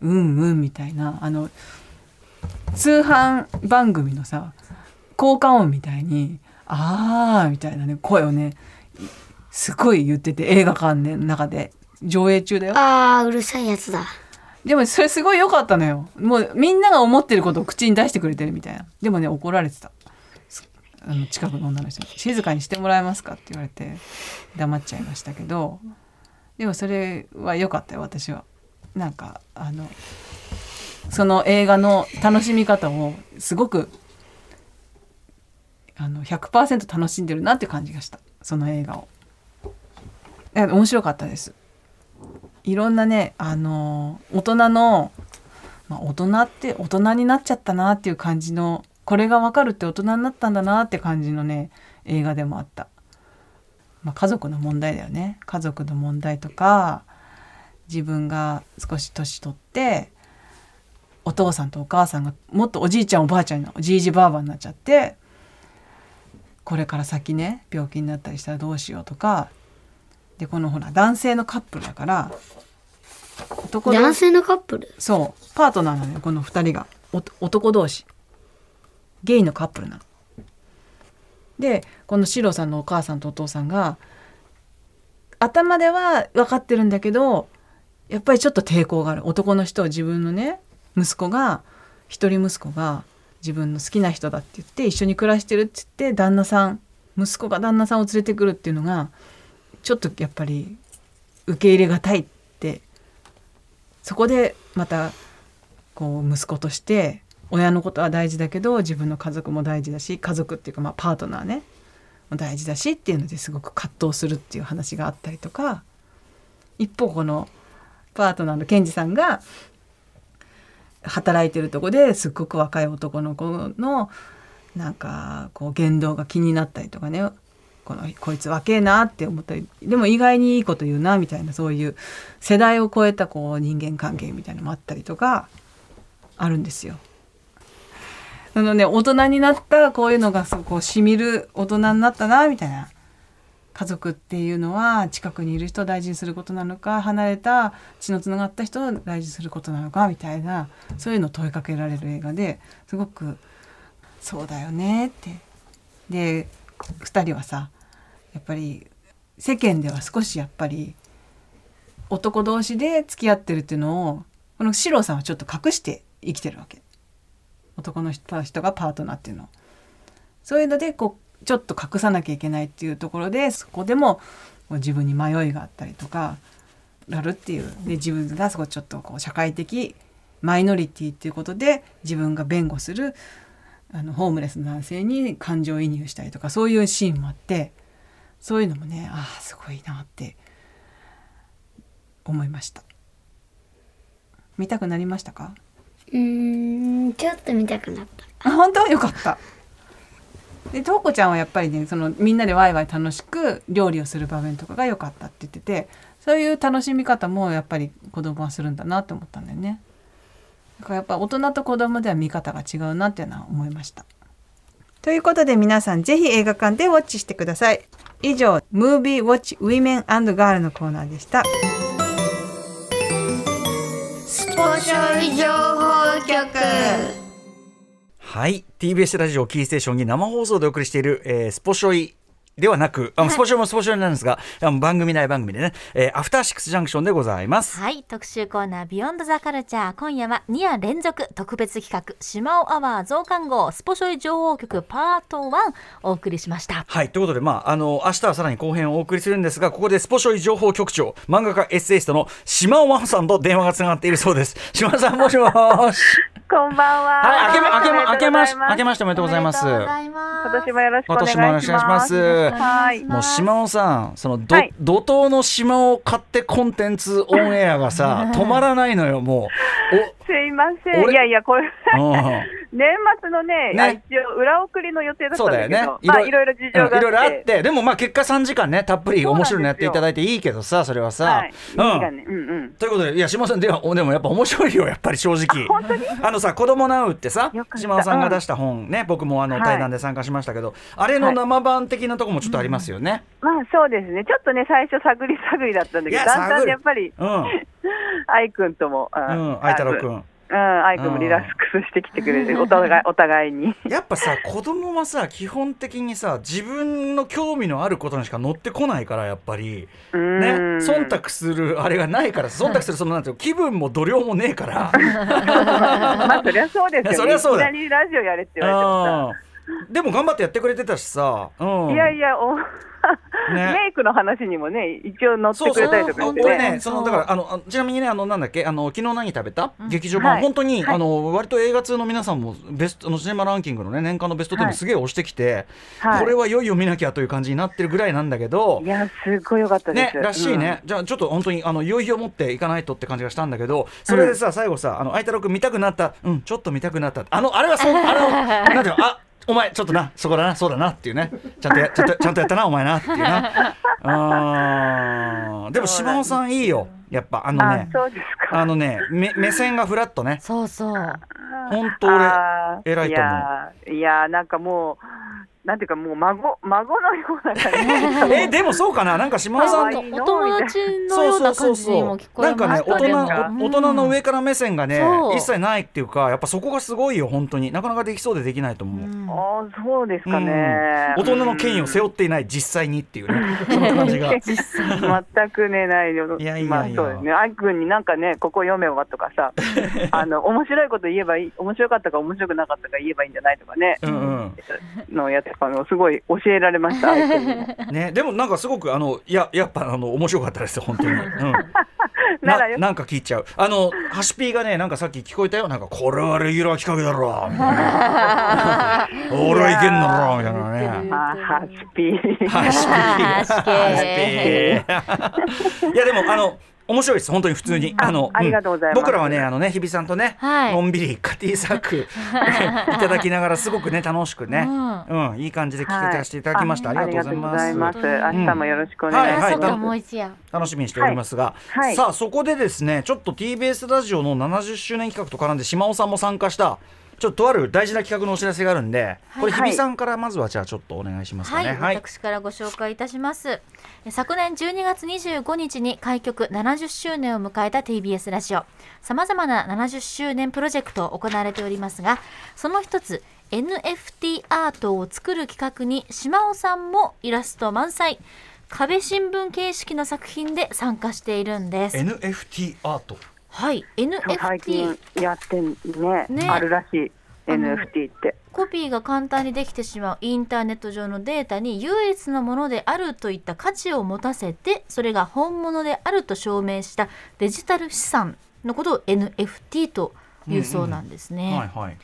B: うんうん」みたいなあの通販番組のさ効果音みたいに「あー」みたいなね声をねすごい言ってて映画館の中で上映中だよ
C: あーうるさいやつだ
B: でもそれすごい良かったのよもうみんなが思ってることを口に出してくれてるみたいなでもね怒られてたすあの近くの女の人に「静かにしてもらえますか?」って言われて黙っちゃいましたけどでもそれは良かったよ私は。なんかあのその映画の楽しみ方をすごくあの100%楽しんでるなって感じがしたその映画を。いや面白かったです。いろんなねあの大人の、まあ、大人って大人になっちゃったなっていう感じのこれが分かるって大人になったんだなって感じのね映画でもあった、まあ、家族の問題だよね家族の問題とか自分が少し年取ってお父さんとお母さんがもっとおじいちゃんおばあちゃんのおじいじばあばになっちゃってこれから先ね病気になったりしたらどうしようとかでこのほら男性のカップルだから男同士
C: 男性のカップル
B: そうパートナーなのよこの2人がお男同士ゲイのカップルなの。でこのシロさんのお母さんとお父さんが頭では分かってるんだけどやっぱりちょっと抵抗がある男の人を自分のね息子が一人息子が自分の好きな人だって言って一緒に暮らしてるって言って旦那さん息子が旦那さんを連れてくるっていうのがちょっとやっぱり受け入れがたいってそこでまたこう息子として親のことは大事だけど自分の家族も大事だし家族っていうかまあパートナーねも大事だしっていうのですごく葛藤するっていう話があったりとか一方このパートナーのケンジさんが働いてるとこですっごく若い男の子のなんかこう言動が気になったりとかねこのこいつ若えなって思ったりでも意外にいいこと言うなみたいなそういう世代を超えたこう人間関係みたいなのもあったりとかあるんですよ。そのね大人になったこういうのがそうこうしみる大人になったなみたいな家族っていうのは近くにいる人を大事にすることなのか離れた血のつながった人を大事にすることなのかみたいなそういうのを問いかけられる映画ですごくそうだよねって。で2人はさやっぱり世間では少しやっぱり男同士で付き合ってるっていうのをこの四郎さんはちょっと隠して生きてるわけ男の人人がパートナーっていうのをそういうのでこうちょっと隠さなきゃいけないっていうところでそこでもこう自分に迷いがあったりとかなるっていうで自分がそこちょっとこう社会的マイノリティっていうことで自分が弁護するあのホームレスの男性に感情移入したりとかそういうシーンもあってそういうのもねああすごいなって思いました見たくなりましたか
C: うーんちょっと見たくなった
B: あ本当よかったでとうこちゃんはやっぱりねそのみんなでワイワイ楽しく料理をする場面とかが良かったって言っててそういう楽しみ方もやっぱり子供はするんだなって思ったんだよねだからやっぱ大人と子供では見方が違うなっていうのは思いましたということで皆さんぜひ映画館でウォッチしてください以上「ムービーウォッチウィメンガール」のコーナーでした
C: スポーツ情報局
G: はい。TBS ラジオキーステーションに生放送でお送りしている、えースポショイ。ではなく、あのスポショイもスポショイなんですが、あの番組内番組でね、えーアフターシックスジャンクションでございます。
H: はい特集コーナービヨンドザカルチャー今夜は2夜連続特別企画島尾アワー増刊号スポショイ情報局パート1お送りしました
G: はい。ということで、まあ、あの、明日はさらに後編をお送りするんですが、ここでスポショイ情報局長、漫画家エッセイストの島尾真帆さんと電話がつながっているそうです。島尾さん、もしもー [LAUGHS] し。
I: こんばんは。
G: はい。明けま、明けま、明けまし、明け
I: ま
G: ましておめでとうございます。
I: 今年もよろしくお願い
G: 今年
I: します。
G: もよろしくお願いします
I: はい。
G: もう島尾さん、そのど、
I: はい
G: 怒涛の島を買ってコンテンツオンエアが
I: [LAUGHS]
G: さ、止まらないのよ、も
I: すいません。
G: 俺
I: いやいや、これ、
G: う。おうん
I: [LAUGHS] 年末のね、
G: ね
I: 一応裏送りの予定だった
G: そ
I: ん
G: う
I: だ
G: だ
I: け
G: よ
I: ど、
G: ね。
I: まあいろいろ事情があって、
G: うんいろいろあって、でもまあ結果3時間ね、たっぷり面白いのやっていただいていいけどさ、それはさ。
I: はい。
G: う
I: 時間
G: ん。
I: ねうんうん。
G: ということで、いや、島尾さん、でもでもやっぱ面白いよ、やっぱり正直。
I: 本当に
G: あのさ、子供なうってさ
I: よ、かった
G: 島尾さんが出した本ね、僕もあの
I: はい
G: 対談で参加しましたけど、あれの生版的なとこもちょっとありますよね。
I: まあそうですね。ちょっとね、最初探り探りだったんだけ
G: い
I: ど、
G: や
I: だんだ
G: 探
I: ん
G: る
I: やっぱり、
G: うん。うん、
I: [LAUGHS] 愛くんとも、う
G: 愛太郎く
I: うん
G: ん。
I: 愛くんもリラックスしてきてくれて、お互い、お互いに。
G: やっぱさ子供はさ基本的にさ自分の興味のあることにしか乗ってこないからやっぱり
I: う
G: ね
I: ーん
G: 忖度するあれがないから忖度するその
I: [LAUGHS]
G: なんていうの気分も度量もねえから
I: まあそりゃそうですよ、
G: いやそ
I: ね。
G: りゃそうだ
I: いきなりラジオやれって言われてもさ
G: あでも頑張ってやってくれてたしさ、うん、
I: いやいや、お [LAUGHS]
G: ね
I: メイクの話にもね、一応乗って
G: そう
I: く
G: そ
I: れたり
G: う
I: とかし
G: 本
I: て
G: 当に
I: ね。
G: ね、そのだからあのあちなみにねあのなんだっけあの昨日何食べた、劇場版、
I: はい
G: 本当に、
I: はい
G: あの割と映画通の皆さんもベストあのシネマランキングのね年間のベスト10
I: は
G: に
I: い
G: すげえ押してきて、
I: はい
G: これはいよいよ見なきゃという感じになってるぐらいなんだけど
I: い。や、すごい良かったで
G: ね
I: す。
G: らしいね、じゃあちょっと本当にあのいよいよ持っていかないとって感じがしたんだけどそれでさ、最後さあの相太郎君見たくなったうんちょっと見たくなったあのあれはそうあの
I: [LAUGHS]
G: なんていうのあお前ちょっとなそこだなそうだなっていうねちゃんと
I: [LAUGHS]
G: やちゃんとちゃんとやったなお前なっていうなうんでも島尾さんいいよやっぱあ
I: う
G: の
I: ん。あ
G: ね、
I: そうですか。
G: あのね目目線がフラットね
H: そうそう。
G: 本当俺
I: あー
G: 偉いと思う
I: やいや、なんかもう、なんていうか、もう孫、孫のような感じ。
G: [LAUGHS] えでもそうかななんか島尾さんと
I: 可愛い
H: お
I: の
H: 友達のような感じにも聞こえ
G: なんか
H: ま
G: ね
H: し
G: 大
H: たでも
G: 人お大人の上から目線がね
H: そう
G: 一切ないっていうかやっぱそこがすごいよ本当になかなかできそうでできないと思う、
I: あーそうです
G: う
I: か
G: ん
I: ね。
G: 大人の権威を背
I: 負
G: 負っていない実際にっていうねその感じが
I: 全くね、ないよ。
G: いやいやいや
I: まあ、そうですね。あいくんになんかね、ここ読めばとか
G: [LAUGHS]
I: さ、あの、面白いこと言えばいい、面白かったか面白くなかったか言えばいいんじゃないとかね、
G: うん
I: のやつとかの、すごい教えられました、あいくんにも
G: うん [LAUGHS] ねでもなんかすごくあのいややっぱあの面白かったですよ本当に、うん、
I: な
G: な
I: らよ
G: なんか聞いちゃうあのハシピーがねなんかさっき聞こえたよなんかこれはレギュラー企画だろみたいな [LAUGHS] 俺はいけんだろみたいなね
I: あー、ハッピー。
G: ハシピー
H: ハシピー
G: ハシピーいやでもあの面白いです本当に普通にあの
I: ありがとうございます
G: ん僕らはねあのね日比さんとね
H: はい
G: のんびりカティーサークいただきながらすごくね楽しくね
H: うん
G: うんいい感じで聞けてしていただきましたありがとうございま
I: あ
G: す
I: りがとうございます明日もよろしくお願いします。
G: はい
H: そうかもう一夜。
G: 楽しみにしておりますが
I: はいはい
G: さあそこでですねちょっと TBS ラジオの70周年企画と絡んで島尾さんも参加したちょっととある大事な企画のお知らせがあるんでこれ日比さんからまずはじゃあちょっとお願いしますか
H: はい、
G: ね
H: 私からご紹介いたしますえ昨年12月25日に開局70周年を迎えた TBS ラジオさまざまな70周年プロジェクト行われておりますがその一つ NFT アートを作る企画に島尾さんもイラスト満載壁新聞形式の作品で参加しているんです
G: NFT アート
H: はい
I: そう最
H: NFT
I: 近やってんね
H: ね
I: あるらしい
H: あの
I: NFT って
H: コピーが簡単にできてしまうインターネット上のデータに唯一のものであるといった価値を持たせてそれが本物であると証明したデジタル資産のことを NFT というそうなんですね。
G: はいはい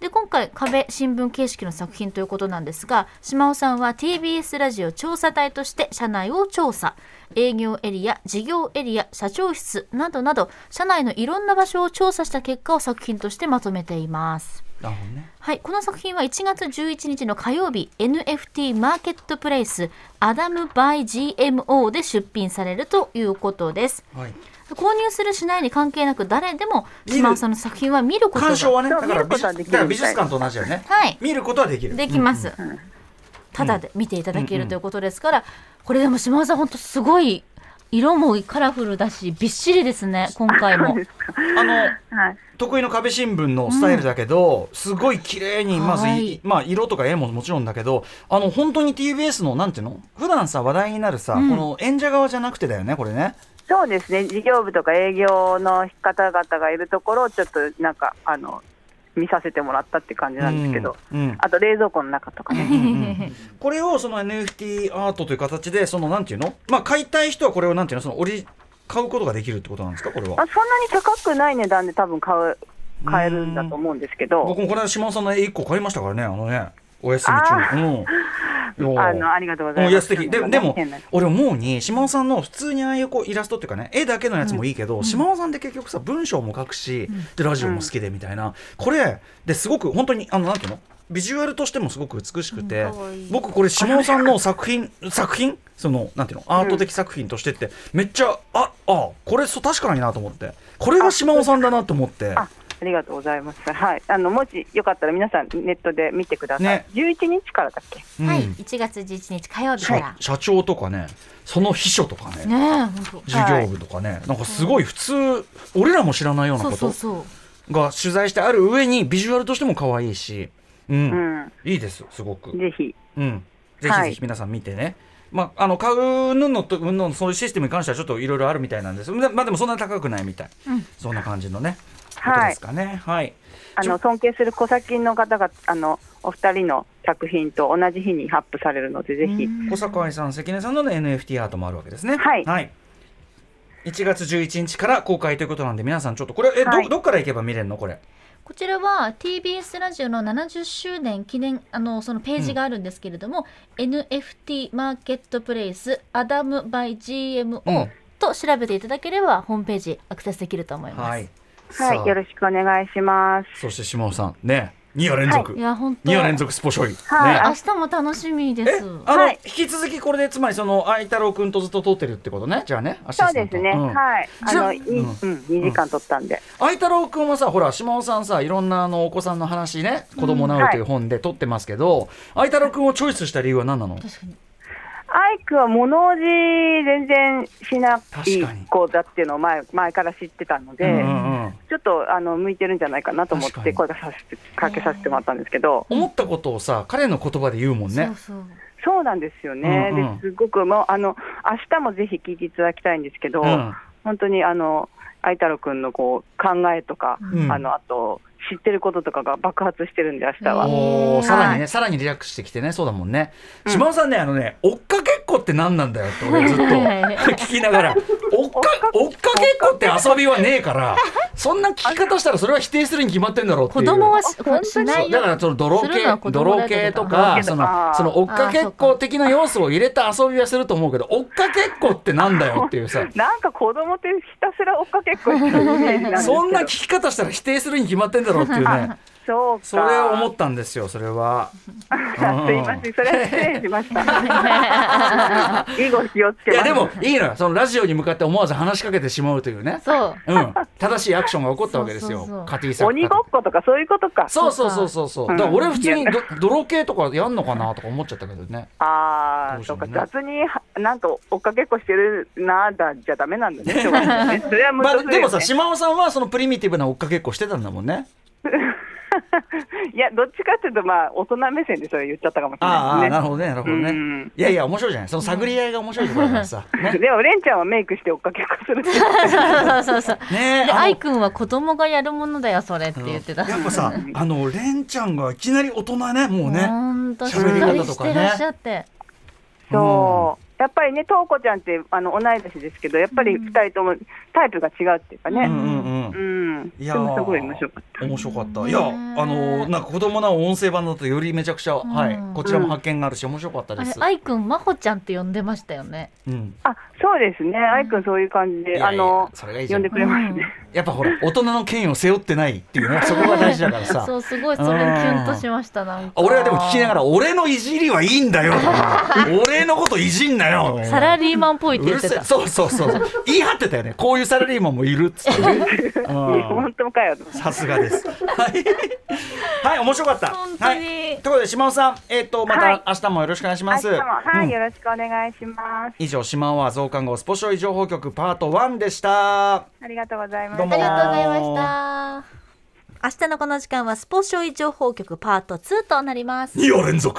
H: で今回壁新聞形式の作品ということなんですが島尾さんは TBS ラジオ調査隊として社内を調査営業エリア事業エリア社長室などなど社内のいろんな場所を調査した結果を作品としてまとめています。
G: なるほどね
H: はい、この作品は1月11日の火曜日 NFT マーケットプレイスアダムバイ GMO で出品されるということです
G: はい
H: 購入するしないに関係なく誰でも
G: 見る
H: 島尾さんの作品は見ることが
G: 鑑賞はね、
I: そう
G: だから
I: 見るこ
G: 美
I: とは
G: 術
I: できる
G: だから美術館と同じだよね。
H: はい
G: 見ることはできる。
H: できます、ただで見ていただけるということですから、これでも島尾さん本当すごい色もカラフルだしびっしりですね今回も
G: うんあの
I: はい
G: 得意の壁新聞のスタイルだけど、すごい綺麗にまず
H: はい
G: いまあ色とか絵ももちろんだけど、あの本当に TBS のなんていうの普段さ話題になるさ、この演者側じゃなくてだよねこれね。
I: そうですね事業部とか営業の方々がいるところをちょっとなんかあの見させてもらったって感じなんですけど、
G: うんうん
I: あと冷蔵庫の中とかね、
G: これをその NFT アートという形でそのなんていうのまあ買いたい人はこれをなんていうのその折り買うことができるってことなんですかこれ
I: ま
G: は
I: あ、。そんなに高くない値段で多分買う買えるんだと思うんですけど
G: 僕もこの間島尾さんの絵一個買いましたからねあのねお休み中に。うんいやー
I: あのありがとうござい
G: うん
I: ます
G: いや素敵ででも
I: 変なね
G: 俺思うに島尾さんの普通にああいうこうイラストっていうかね絵だけのやつもいいけど、島尾さんって結局さ文章も書くし、でラジオも好きでみたいな、これですごく本当にあのなんていうのビジュアルとしてもすごく美しくて、僕これ島尾さんの作品作品そのなんていうのアート的作品としてって、めっちゃああこれそう確かになと思ってこれが島尾さんだなと思って
I: あありがとうございます、はい、あのもしよかったら皆さんネットで見てください、
G: ね
I: 11日からだっけ
G: うん
H: はい1月11日火曜日から
G: 社社長とかねその秘書とかね
H: ねえ本当
G: 事業部とかね、なんかすごい普通俺らも知らないような
H: そう
G: こ
H: そう
G: と
H: そう
G: が取材してある上にビジュアルとしても可愛いし、うん
I: うん
G: いいですすごく、
I: ぜひ
G: うん、ぜひ
I: は
G: ぜ
I: い
G: ひ皆さん見てね、まああの買うぬのとうんのそういうシステムに関してはちょっといろいろあるみたいなんですまあでもそんなに高くないみたい、そんな感じのねことですかね。はい。
I: あの尊敬する小作の方があのお二人の作品と同じ日に発布されるのでぜひ
G: 小坂愛さん、関根さんの NFT アートもあるわけですね。
I: はい
G: 1月11日から公開ということなんで皆さんちょっとこれえ、
I: はい
G: どどっから行けば見れるのこれ
H: こちらは TBS ラジオの70周年記念あのそのページがあるんですけれども、NFT マーケットプレイスアダム by GMO、
G: うん
H: と調べていただければホームページアクセスできると思います。、
G: はいい、
I: はい
G: さあ
I: よろしくお願いします
G: そして島尾さんね2夜連続、
H: や本当
G: 2夜連続スポショイ、
I: はい
G: ね
H: 明日も楽しみで
G: え
H: す。
G: あの、
I: はい
G: 引き続きこれでつまりその愛太郎くんとずっと通ってるってことねじゃあねアシスタ
I: そう
G: ント
I: ですね、
G: ん
I: はいあ
G: じゃあ
I: のいうん
G: うん
I: 2時間取ったんで、
G: 愛太郎くんはさほら島尾さんさいろんなあのお子さんの話ね「子供な
I: は
G: う」
I: い
G: という本で撮ってますけど、愛太郎くんをチョイスした理由は何なの
H: 確かに
I: アイクは物おじ全然しな
G: 確かに
I: い子だっていうのを前前から知ってたので、
G: うんうん
I: ちょっとあの向いてるんじゃないかなと思っ
G: 確か
I: て
G: に
I: 声がさせてかけさせてもらったんですけど、
G: 思ったことをさ彼の言葉で言うもんね
H: そうそう。
I: そうなんですよね、
G: うんうん
I: ですごくもうあの明日もぜひ聞いていただきたいんですけど、
G: うん
I: 本当にあの愛太郎くんのこう考えとか、
G: うん
I: あのあと知ってることとかが爆発してるんで明日は、
G: おーさらに
I: は
G: ね、さらにリラックスしてきてね、そうだもんね。
I: うん
G: 島尾さんね、あのね、追っかけっこって何なんだよって、俺ずっと聞きながら、追っか、追っかけっこって遊びはねえから、そんな聞き方したらそれは否定するに決まってんだろうってい
H: 子
G: う。
H: 供はし
I: 本当に
H: しな
G: そ
H: いうよ
G: だからその泥
H: するのは
G: 系
H: 子供
G: 泥
H: だけ
G: 系
H: だ
G: と
I: 泥
G: か
I: 系
G: そ
I: と
G: の
I: か
G: その追っかけっこ的な要素を入れた遊びはすると思うけど追っかけっこってなんだよっていうさ
I: なんか子供ってひたすら追っかけっこしてるイメージなんですけど
G: そんな聞き方したら否定するに決まってんだろうっていうね
I: そうか
G: それを思ったんですよそれは。うん
I: [LAUGHS] すいませんそれは失礼しました
G: [LAUGHS]
I: [LAUGHS] 以後気をつけ
G: い
I: ます
G: やでもいいのよそのラジオに向かって思わず話しかけてしまうというね
H: そう。
G: うん正しいアクションが起こったわけですよ
H: そうそうそう
G: カティさん
I: 鬼ごっことかそういうことか
G: そうそうそうそうそう
I: う
G: だ
I: ん
G: から俺普通にど泥系とかやんのかなとか思っちゃったけどねどうしよ
I: ああそうう
G: も
I: か
G: ね
I: 雑にはなんと追っかけっこしてるなーだじゃダメなん
G: [LAUGHS]
I: だねしょうがないねそれは無
G: ま
I: 駄
G: あ
I: する
G: で
I: よ
G: も
I: ね
G: さ島尾さんはそのプリミティブな追っかけっこしてたんだもんね
I: いやどっちかっていうとまあ大人目線でそれ言っちゃったかもしれ
G: あああ
I: な
G: あ
I: いで
G: な
I: す
G: るほど
I: ね
G: ねなるほど
I: う
G: ね
I: ん
G: いやいや面白いじゃないその探り合いが面白いところだから
I: [LAUGHS]
G: さね
I: でもレンちゃんはメイクして追っかけっこするって言って
H: そうそうそう。
G: ね
H: で、
G: あの
H: 愛くんは子供がやるものだよ、それって言ってた。
G: やっぱさあのレンちゃんがいきなり大人ねもうね
H: ほんと、しっ
G: 喋り
H: かり
G: 方と
H: し
G: かね
H: てらっしゃって。
I: そうやっぱりねとうこちゃんってあの同い年ですけどやっぱり二人ともタイプが違うっていうか
G: う
I: ね
G: んうんうん
I: うん
G: い
I: で
G: やー
I: もすごい面白かっ
G: 面白かった。いや、あのなんか子供な音声版だとよりめちゃくちゃ、はい、こちらも発見があるし面白かった
H: あ
G: で
H: れ
G: す、。
H: 愛くん、まほちゃんって呼んでましたよね。
G: うん。
I: たあそうですね愛くんそういう感じ
G: いやい
I: で
G: や
I: あの
G: それがいいじゃ
I: 呼
G: ん
I: んでくれますね
G: やっぱほら大人の権威を背負ってないって
I: [LAUGHS]
G: いうね、そこが大事だからさ。
H: そう、すごい、それキュンとしました、なんか。
G: 俺はでも聞きながら俺のいじりはいいんだよ。俺のこといじんなよ。
I: [LAUGHS]
H: サラリーマンっぽいって
G: う
H: 言
G: る
H: って
G: せえ
H: た。
G: そうそうそう言い張ってたよねこういうサラリーマンもいるっつってね
I: [LAUGHS]
G: うん
I: 本当かよ
G: さすがです。はい、はい、面白かった。
H: 本当に
G: はい、ということで、島尾さん、えっ、と、ま
I: はい
G: た明日もよろしくお願いしま
I: 明
G: す。
I: 日もは
G: うん
I: いよろしくお願いします
G: 以上、島尾は増刊号スポショイ情報局パート1でした。
I: ありがとうございま
G: どう
I: す
G: も。
H: ありがとうございました。明日のこの時間はスポ少位情報局パート2となります。
G: 2夜連続。